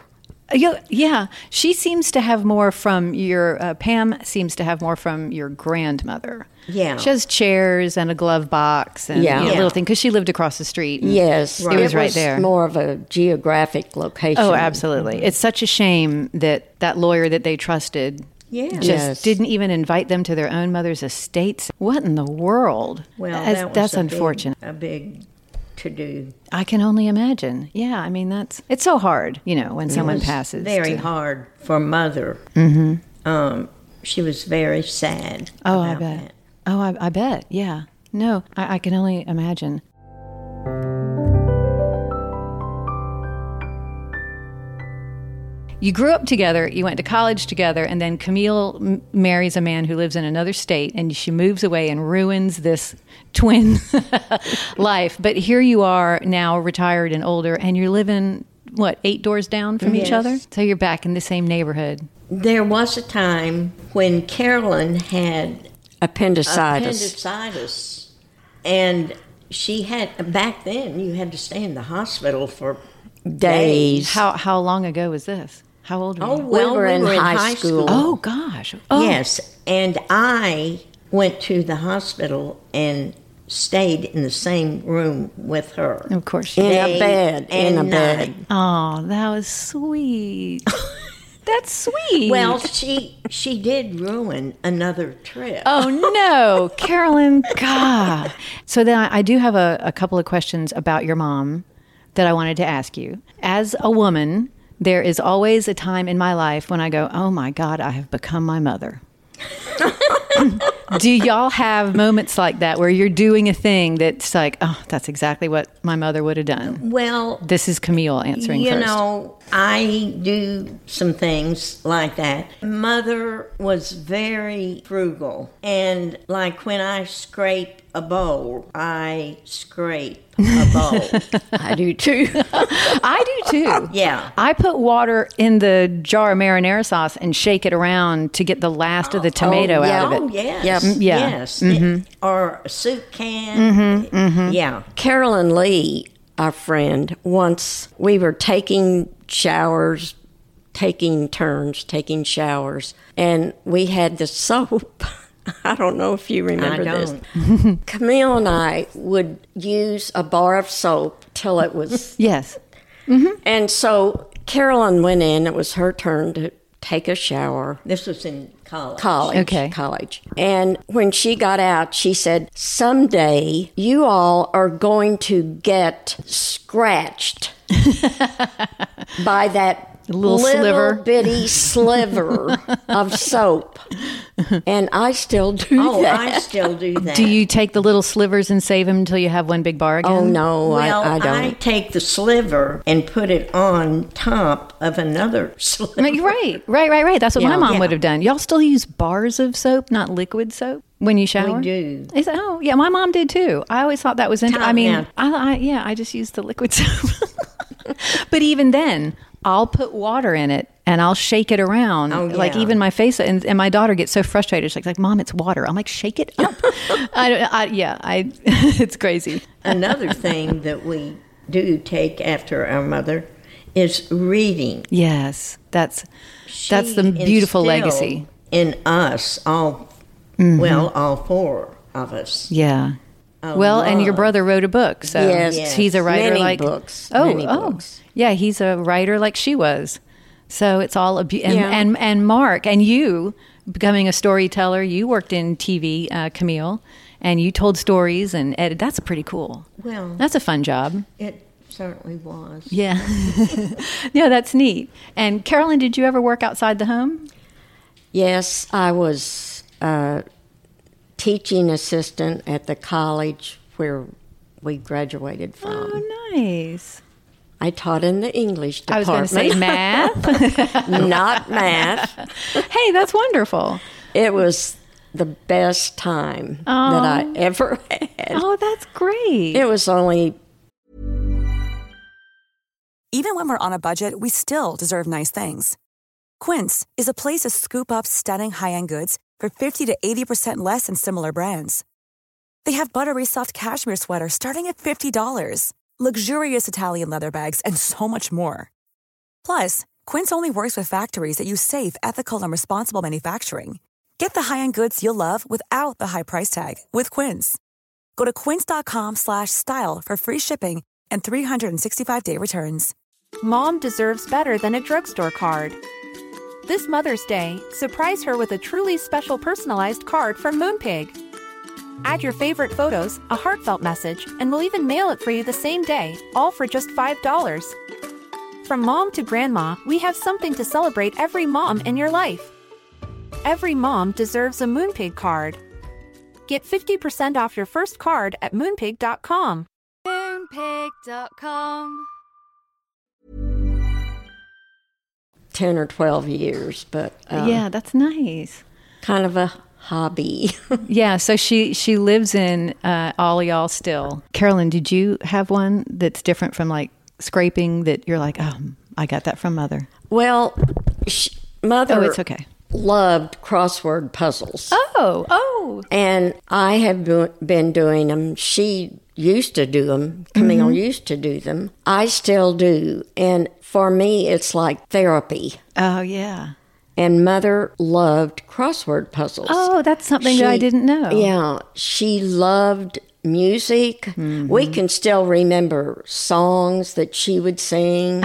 Speaker 1: Yeah, Uh, yeah, she seems to have more from your uh, Pam seems to have more from your grandmother.
Speaker 3: Yeah.
Speaker 1: she has chairs and a glove box and you
Speaker 2: Yeah.
Speaker 1: know, little
Speaker 3: Yeah.
Speaker 1: thing because she lived across the street. and-
Speaker 2: Yes,
Speaker 1: Mm. Right. It was right there.
Speaker 2: More of a geographic location.
Speaker 1: Oh, absolutely. It's such a shame that that lawyer that they trusted
Speaker 3: Yeah.
Speaker 1: just
Speaker 2: Yes.
Speaker 1: didn't even invite them to their own mother's estates. What in the world?
Speaker 3: Well,
Speaker 1: As-
Speaker 3: that was
Speaker 1: that's
Speaker 3: a big-
Speaker 1: unfortunate.
Speaker 3: a big to do.
Speaker 1: I can only imagine. Yeah, I mean that's it's so hard, you know, when someone passes.
Speaker 3: Very
Speaker 1: to-
Speaker 3: hard for mother. Mm-hmm. Um, she was very sad.
Speaker 1: Oh, I
Speaker 3: about
Speaker 1: bet.
Speaker 3: that.
Speaker 1: Oh, I, I bet. Yeah. No, I, I can only imagine. You grew up together, you went to college together, and then Camille m- marries a man who lives in another state and she moves away and ruins this twin life. But here you are now, retired and older, and you're living, what, eight doors down from each other? So you're back in the same neighborhood.
Speaker 3: There was a time when Carolyn had
Speaker 2: Appendicitis.
Speaker 3: appendicitis, and she had back then you had to stay in the hospital for
Speaker 2: Days.
Speaker 1: How, how long ago was this? How old were you?
Speaker 3: oh well
Speaker 2: were in high school.
Speaker 1: Oh gosh. Oh.
Speaker 3: Yes, and I went to the hospital and stayed in the same room with her.
Speaker 1: Of course.
Speaker 2: In
Speaker 1: you
Speaker 2: a
Speaker 3: Day
Speaker 2: bed. In a
Speaker 3: and
Speaker 2: bed.
Speaker 3: night.
Speaker 1: Oh, that was sweet. That's sweet.
Speaker 3: Well, she she did ruin another trip.
Speaker 1: Oh no, Carolyn. God. So then I, I do have a, a couple of questions about your mom that I wanted to ask you. As a woman, there is always a time in my life when I go, "Oh my God, I have become my mother." do y'all have moments like that where you're doing a thing that's like, "Oh, that's exactly what my mother would have done."
Speaker 3: well,
Speaker 1: This is Camille answering
Speaker 3: you
Speaker 1: first.
Speaker 3: know, I do some things like that. Mother was very frugal, and like when I scrape a bowl, I scrape a bowl.
Speaker 2: I do too.
Speaker 1: I do too.
Speaker 3: Yeah.
Speaker 1: I put water in the jar of marinara sauce and shake it around to get the last of the tomato
Speaker 2: yeah.
Speaker 1: out of
Speaker 3: Oh
Speaker 1: it.
Speaker 3: yes,
Speaker 2: Yep.
Speaker 1: Mm, yeah.
Speaker 3: yes, It- or a soup can. Yeah,
Speaker 2: Carolyn Lee, our friend, once we were taking showers, taking turns, taking showers, and we had the soap. I don't know if you remember
Speaker 3: don't.
Speaker 2: this. Camille and I would use a bar of soap till it was.
Speaker 1: Yes.
Speaker 2: and so Carolyn went in, it was her turn to take a shower
Speaker 3: this was in college.
Speaker 2: college.
Speaker 1: Okay.
Speaker 2: College. And when she got out, she said, Someday you all are going to get scratched by that
Speaker 1: little sliver.
Speaker 2: bitty sliver of soap. And I still do
Speaker 3: Oh,
Speaker 2: that.
Speaker 3: I still do that.
Speaker 1: Do you take the little slivers and save them until you have one big bar again?
Speaker 2: Oh, no,
Speaker 3: Well,
Speaker 2: I, I don't.
Speaker 3: take the sliver and put it on top of another
Speaker 1: I
Speaker 3: sliver.
Speaker 1: mean, you're Right, right, right, right. That's what my
Speaker 2: Yeah.
Speaker 1: mom
Speaker 3: Yeah.
Speaker 1: would have done. Y'all still use bars of soap, not liquid soap, when you shower.
Speaker 3: do.
Speaker 1: Is that- oh, yeah. My mom did too. I always thought that was. Int- I
Speaker 3: Time
Speaker 1: mean,
Speaker 3: out.
Speaker 1: I, I yeah. I just used the liquid soap. but even then, I'll put water in it and I'll shake it around. Like
Speaker 3: Oh, yeah.
Speaker 1: even my face, and, and my daughter gets so frustrated. She's like, "Mom, it's water." I'm like, "Shake it up." I, don't- I, yeah, I. it's crazy.
Speaker 3: Another thing that we do take after our mother is reading.
Speaker 1: Yes, that's that's the
Speaker 3: She
Speaker 1: beautiful
Speaker 3: instilled
Speaker 1: legacy. Mm-hmm.
Speaker 3: in us all. Well, all four of us.
Speaker 1: Yeah. well, and your brother wrote a book, so
Speaker 2: Yes.
Speaker 1: he's a writer
Speaker 2: Many
Speaker 1: like
Speaker 2: books.
Speaker 1: Oh,
Speaker 2: Many
Speaker 1: oh,
Speaker 2: books.
Speaker 1: yeah, he's a writer like she was. So it's all a beau- and,
Speaker 2: Yeah.
Speaker 1: and and Mark and you becoming a storyteller. You worked in TV, uh, Camille, and you told stories and edited. That's pretty cool.
Speaker 3: Well,
Speaker 1: That's a fun job.
Speaker 3: it certainly was.
Speaker 1: Yeah, yeah, that's neat. And Carolyn, did you ever work outside the home?
Speaker 2: Yes, I was a teaching assistant at the college where we graduated from.
Speaker 1: Oh, nice.
Speaker 2: I taught in the English
Speaker 1: I was going
Speaker 2: department,
Speaker 1: to say math.
Speaker 2: not math.
Speaker 1: hey, that's wonderful.
Speaker 2: It was the best time that I ever had.
Speaker 1: Oh, that's great.
Speaker 2: It was only
Speaker 6: Even when we're on a budget, we still deserve nice things. Quince is a place to scoop up stunning high end goods for 50 to 80% less than similar brands. They have buttery soft cashmere sweaters starting at $50, luxurious Italian leather bags, and so much more. Plus, Quince only works with factories that use safe, ethical, and responsible manufacturing. Get the high-end goods you'll love without the high price tag with Quince. Go to quince.com/style slash style for free shipping and 365-day returns.
Speaker 7: Mom deserves better than a drugstore card. This Mother's Day, surprise her with a truly special personalized card from Moonpig. Add your favorite photos, a heartfelt message, and we'll even mail it for you the same day, all for just $5. From mom to grandma, we have something to celebrate every mom in your life. Every mom deserves a Moonpig card. Get 50% off your first card at moonpig.com.
Speaker 8: Moonpig.com.
Speaker 2: 10 or 12 years, but um,
Speaker 1: yeah, that's nice.
Speaker 2: kind of a hobby.
Speaker 1: Yeah, so she she lives in uh, all y'all still. Carolyn, did you have one that's different from like scraping that you're like, oh, I got that from mother.
Speaker 2: well, sh mother
Speaker 1: Oh, it's okay.
Speaker 2: loved crossword puzzles.
Speaker 1: Oh, oh,
Speaker 2: And I have do- been doing them. She used to do them. Camille
Speaker 1: Mm-hmm.
Speaker 2: used to do them. I still do. And for me, it's like therapy.
Speaker 1: oh, yeah.
Speaker 2: And mother loved crossword puzzles.
Speaker 1: Oh, that's something that I
Speaker 2: She-
Speaker 1: didn't know.
Speaker 2: Yeah, she loved music.
Speaker 1: Mm-hmm.
Speaker 2: We can still remember songs that she would sing,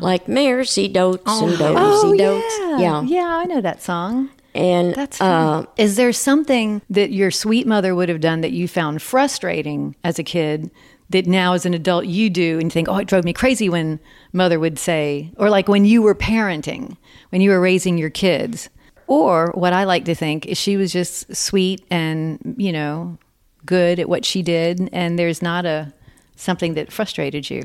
Speaker 2: like Maresy Dotes and
Speaker 1: Ah. Oh,
Speaker 2: Dozy Dotes.
Speaker 1: yeah. yeah, I know that song.
Speaker 2: and
Speaker 1: That's
Speaker 2: uh,
Speaker 1: fun. Is there something that your sweet mother would have done that you found frustrating as a kid that now as an adult you do and think, oh, it drove me crazy when mother would say, or like when you were parenting, when you were raising your kids? Or what I like to think is she was just sweet and, you know, good at what she did. And there's not a something that frustrated you.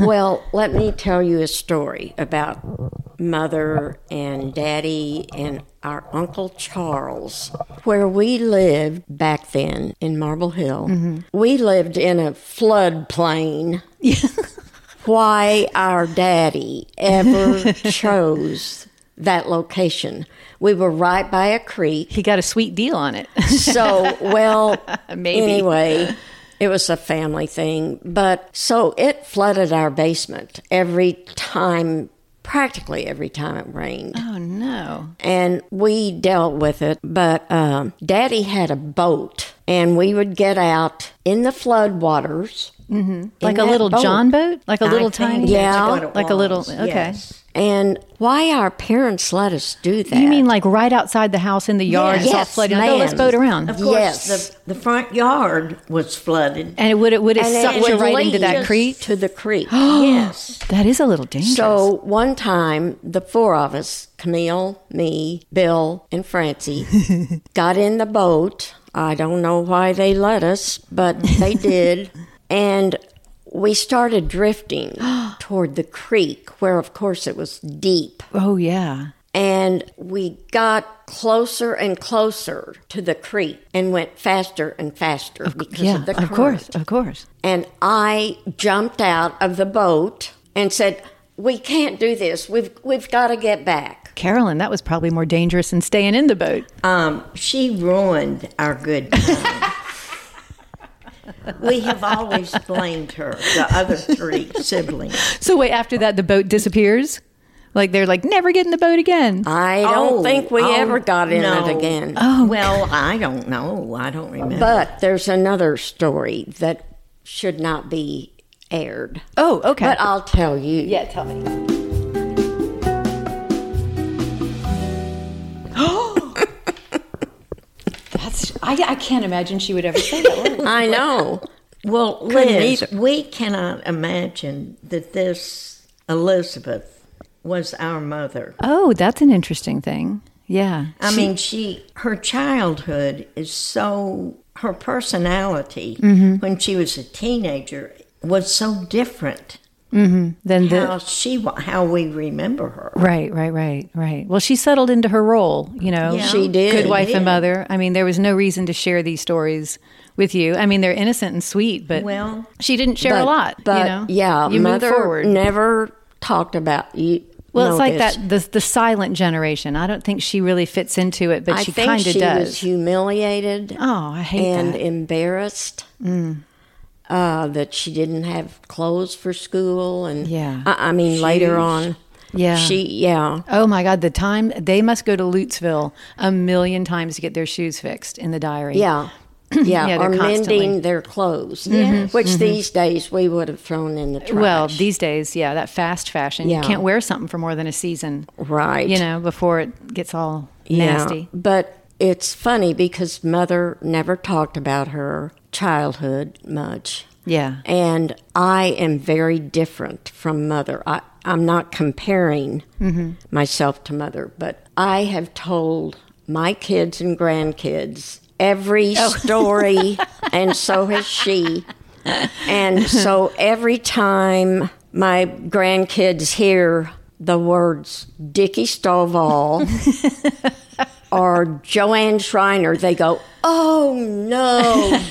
Speaker 2: well, let me tell you a story about mother and daddy and our uncle Charles. Where we lived back then in Marble Hill, we lived in a floodplain. Why our daddy ever chose that location. We were right by a creek.
Speaker 1: He got a sweet deal on it.
Speaker 2: So, well,
Speaker 1: Maybe.
Speaker 2: anyway, it was a family thing. But so it flooded our basement every time, practically every time it rained.
Speaker 1: oh, no.
Speaker 2: And we dealt with it. But um, Daddy had a boat, and we would get out in the floodwaters. Mm-hmm.
Speaker 1: Like a little John boat? Like a
Speaker 2: I
Speaker 1: little
Speaker 2: think
Speaker 1: tiny?
Speaker 2: Yeah.
Speaker 3: That's what it
Speaker 1: Like a little-
Speaker 3: was,
Speaker 1: okay.
Speaker 3: yes.
Speaker 2: And why our parents let us do that?
Speaker 1: You mean like right outside the house in the yard? It's all
Speaker 2: Yes,
Speaker 1: flooded. Like, oh, let's
Speaker 2: ma'am.
Speaker 1: boat around.
Speaker 3: Of course,
Speaker 2: Yes.
Speaker 3: the, the front yard was flooded.
Speaker 1: And it would it would it
Speaker 2: And it
Speaker 1: suck you
Speaker 2: would
Speaker 1: right into that
Speaker 2: lead
Speaker 1: creek?
Speaker 2: To the creek.
Speaker 3: yes.
Speaker 1: That is a little dangerous.
Speaker 2: So one time, the four of us, Camille, me, Bill, and Francie, got in the boat. I don't know why they let us, but they did. And we started drifting toward the creek, where, of course, it was deep.
Speaker 1: oh yeah.
Speaker 2: And we got closer and closer to the creek and went faster and faster because
Speaker 1: Yeah,
Speaker 2: of the
Speaker 1: of,
Speaker 2: current.
Speaker 1: course, of course.
Speaker 2: And I jumped out of the boat and said, "We can't do this. We've we've got to get back."
Speaker 1: Carolyn, that was probably more dangerous than staying in the boat.
Speaker 3: Um, she ruined our good time. we have always blamed her, the other three siblings.
Speaker 1: So wait, after that the boat disappears? Like they're like, never get in the boat again.
Speaker 2: I don't
Speaker 3: Oh,
Speaker 2: think we
Speaker 3: oh,
Speaker 2: ever got in
Speaker 3: no.
Speaker 2: it again.
Speaker 1: Oh,
Speaker 3: well, I don't know. I don't remember.
Speaker 2: But there's another story that should not be aired.
Speaker 1: Oh, okay.
Speaker 2: But uh, I'll tell you.
Speaker 1: yeah, tell me. That's I, I can't imagine she would ever say that word.
Speaker 2: I know.
Speaker 3: well,
Speaker 2: couldn't
Speaker 3: Liz,
Speaker 2: either.
Speaker 3: we cannot imagine that this Elizabeth was our mother.
Speaker 1: Oh, that's an interesting thing. Yeah.
Speaker 3: I mean, she her childhood is so her personality
Speaker 1: Mm-hmm.
Speaker 3: when she was a teenager was so different
Speaker 1: Mm-hmm. Then the
Speaker 3: how she wa- how we remember her.
Speaker 1: Right, right, right, right. Well, she settled into her role, you know.
Speaker 3: Yeah. She
Speaker 2: did.
Speaker 1: Good wife
Speaker 3: She did.
Speaker 1: and mother. I mean, there was no reason to share these stories with you. I mean, they're innocent and sweet, but
Speaker 3: Well,
Speaker 1: she didn't share a
Speaker 2: But-
Speaker 1: lot,
Speaker 2: But
Speaker 1: you know.
Speaker 2: yeah,
Speaker 1: you move
Speaker 2: mother
Speaker 1: forward.
Speaker 2: never talked about you.
Speaker 1: Well, it's like
Speaker 2: noticed.
Speaker 1: that the the silent generation. I don't think she really fits into it, but
Speaker 2: I
Speaker 1: she
Speaker 2: think
Speaker 1: kind of
Speaker 2: she
Speaker 1: does.
Speaker 2: was humiliated.
Speaker 1: Oh, I hate
Speaker 2: and
Speaker 1: that. Mm.
Speaker 2: embarrassed uh, that she didn't have clothes for school, and
Speaker 1: Yeah.
Speaker 2: I, I mean later on,
Speaker 1: yeah.
Speaker 2: she yeah
Speaker 1: Oh my God! The time they must go to Lutzville a million times to get their shoes fixed in the diary.
Speaker 2: yeah. Yeah,
Speaker 1: Yeah, they're
Speaker 2: or
Speaker 1: constantly- Mm-hmm.
Speaker 2: mending their clothes, which these days we would have thrown in the trash.
Speaker 1: Well, these days, yeah, that fast fashion.
Speaker 2: Yeah.
Speaker 1: You can't wear something for more than a season,
Speaker 2: right,
Speaker 1: you know, before it gets all
Speaker 2: Yeah,
Speaker 1: nasty.
Speaker 2: But it's funny because mother never talked about her childhood much.
Speaker 1: Yeah.
Speaker 2: And I am very different from mother. I, I'm not comparing myself to mother, but I have told my kids and grandkids every story, and so has she. And so every time my grandkids hear the words Dickie Stovall or Joanne Schreiner, they go, Oh no,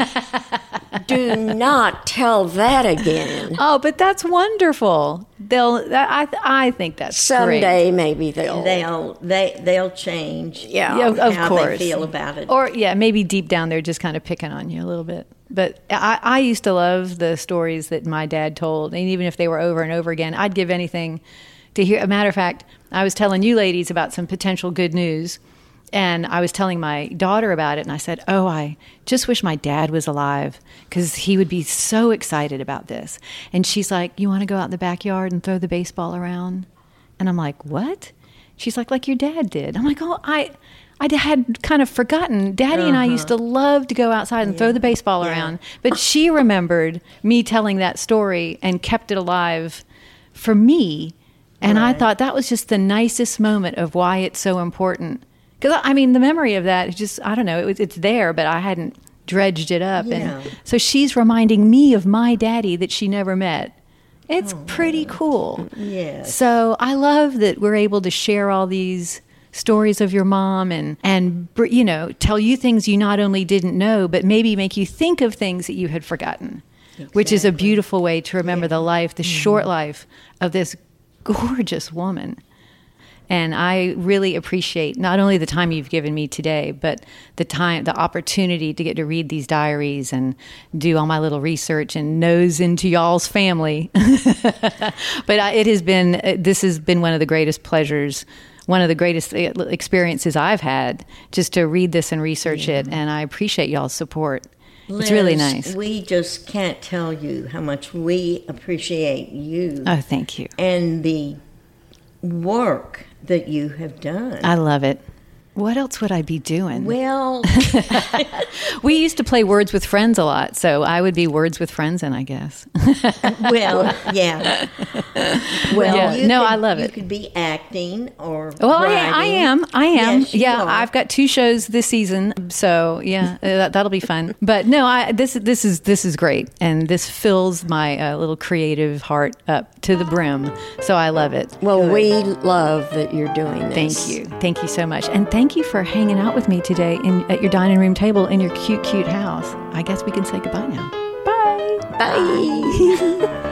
Speaker 2: do not tell that again.
Speaker 1: Oh, but that's wonderful. They'll. That, I th- I think that's great.
Speaker 2: Someday maybe they'll.
Speaker 3: They'll they they'll change.
Speaker 2: Yeah.
Speaker 1: Yeah, of
Speaker 3: how
Speaker 1: course.
Speaker 3: they feel about it.
Speaker 1: Or yeah, maybe deep down they're just kind of picking on you a little bit. But I, I used to love the stories that my dad told, and even if they were over and over again, I'd give anything to hear. A matter of fact, I was telling you ladies about some potential good news, and I was telling my daughter about it, and I said, "Oh, I just wish my dad was alive because he would be so excited about this." And she's like, "You want to go out in the backyard and throw the baseball around?" And I'm like, "What?" She's like, like your dad did. I'm like, oh, I, I had kind of forgotten. Daddy and I used to love to go outside and throw the baseball around, but she remembered me telling that story and kept it alive for me. And I thought that was just the nicest moment of why it's so important. Because I mean, the memory of that is just I don't know. It was it's there, but I hadn't dredged it up, and so she's reminding me of my daddy that she never met. It's pretty cool. Yeah. So I love that we're able to share all these stories of your mom and and br- you know tell you things you not only didn't know but maybe make you think of things that you had forgotten which is a beautiful way to remember the life the short life of this gorgeous woman and I really appreciate not only the time you've given me today, but the time, the opportunity to get to read these diaries and do all my little research and nose into y'all's family. but I, it has been, uh, this has been one of the greatest pleasures, one of the greatest uh, experiences I've had just to read this and research it. And I appreciate y'all's support. it's really
Speaker 3: Liz,
Speaker 1: nice.
Speaker 3: We just can't tell you how much we appreciate you
Speaker 1: oh, thank you.
Speaker 3: and the work that you have done.
Speaker 1: I love it. What else would I be doing?
Speaker 3: well,
Speaker 1: We used to play Words with Friends a lot, so I would be Words with Friends, and I guess.
Speaker 3: well, yeah. Well,
Speaker 1: Yeah.
Speaker 3: you
Speaker 1: No,
Speaker 3: could-
Speaker 1: I love
Speaker 3: You
Speaker 1: it.
Speaker 3: could be acting or
Speaker 1: Well, I,
Speaker 3: writing.
Speaker 1: I am. I am.
Speaker 3: Yes, you
Speaker 1: yeah,
Speaker 3: are.
Speaker 1: I've got two shows this season, so yeah, uh, that, that'll be fun. But no, I, this this is this is great, and this fills my uh, little creative heart up to the brim. So I love it.
Speaker 2: Well, we love that you're doing this.
Speaker 1: Thank you, thank you so much, and thank you for hanging out with me today in at your dining room table in your cute, cute house. I guess we can say goodbye now. Bye.
Speaker 2: Bye.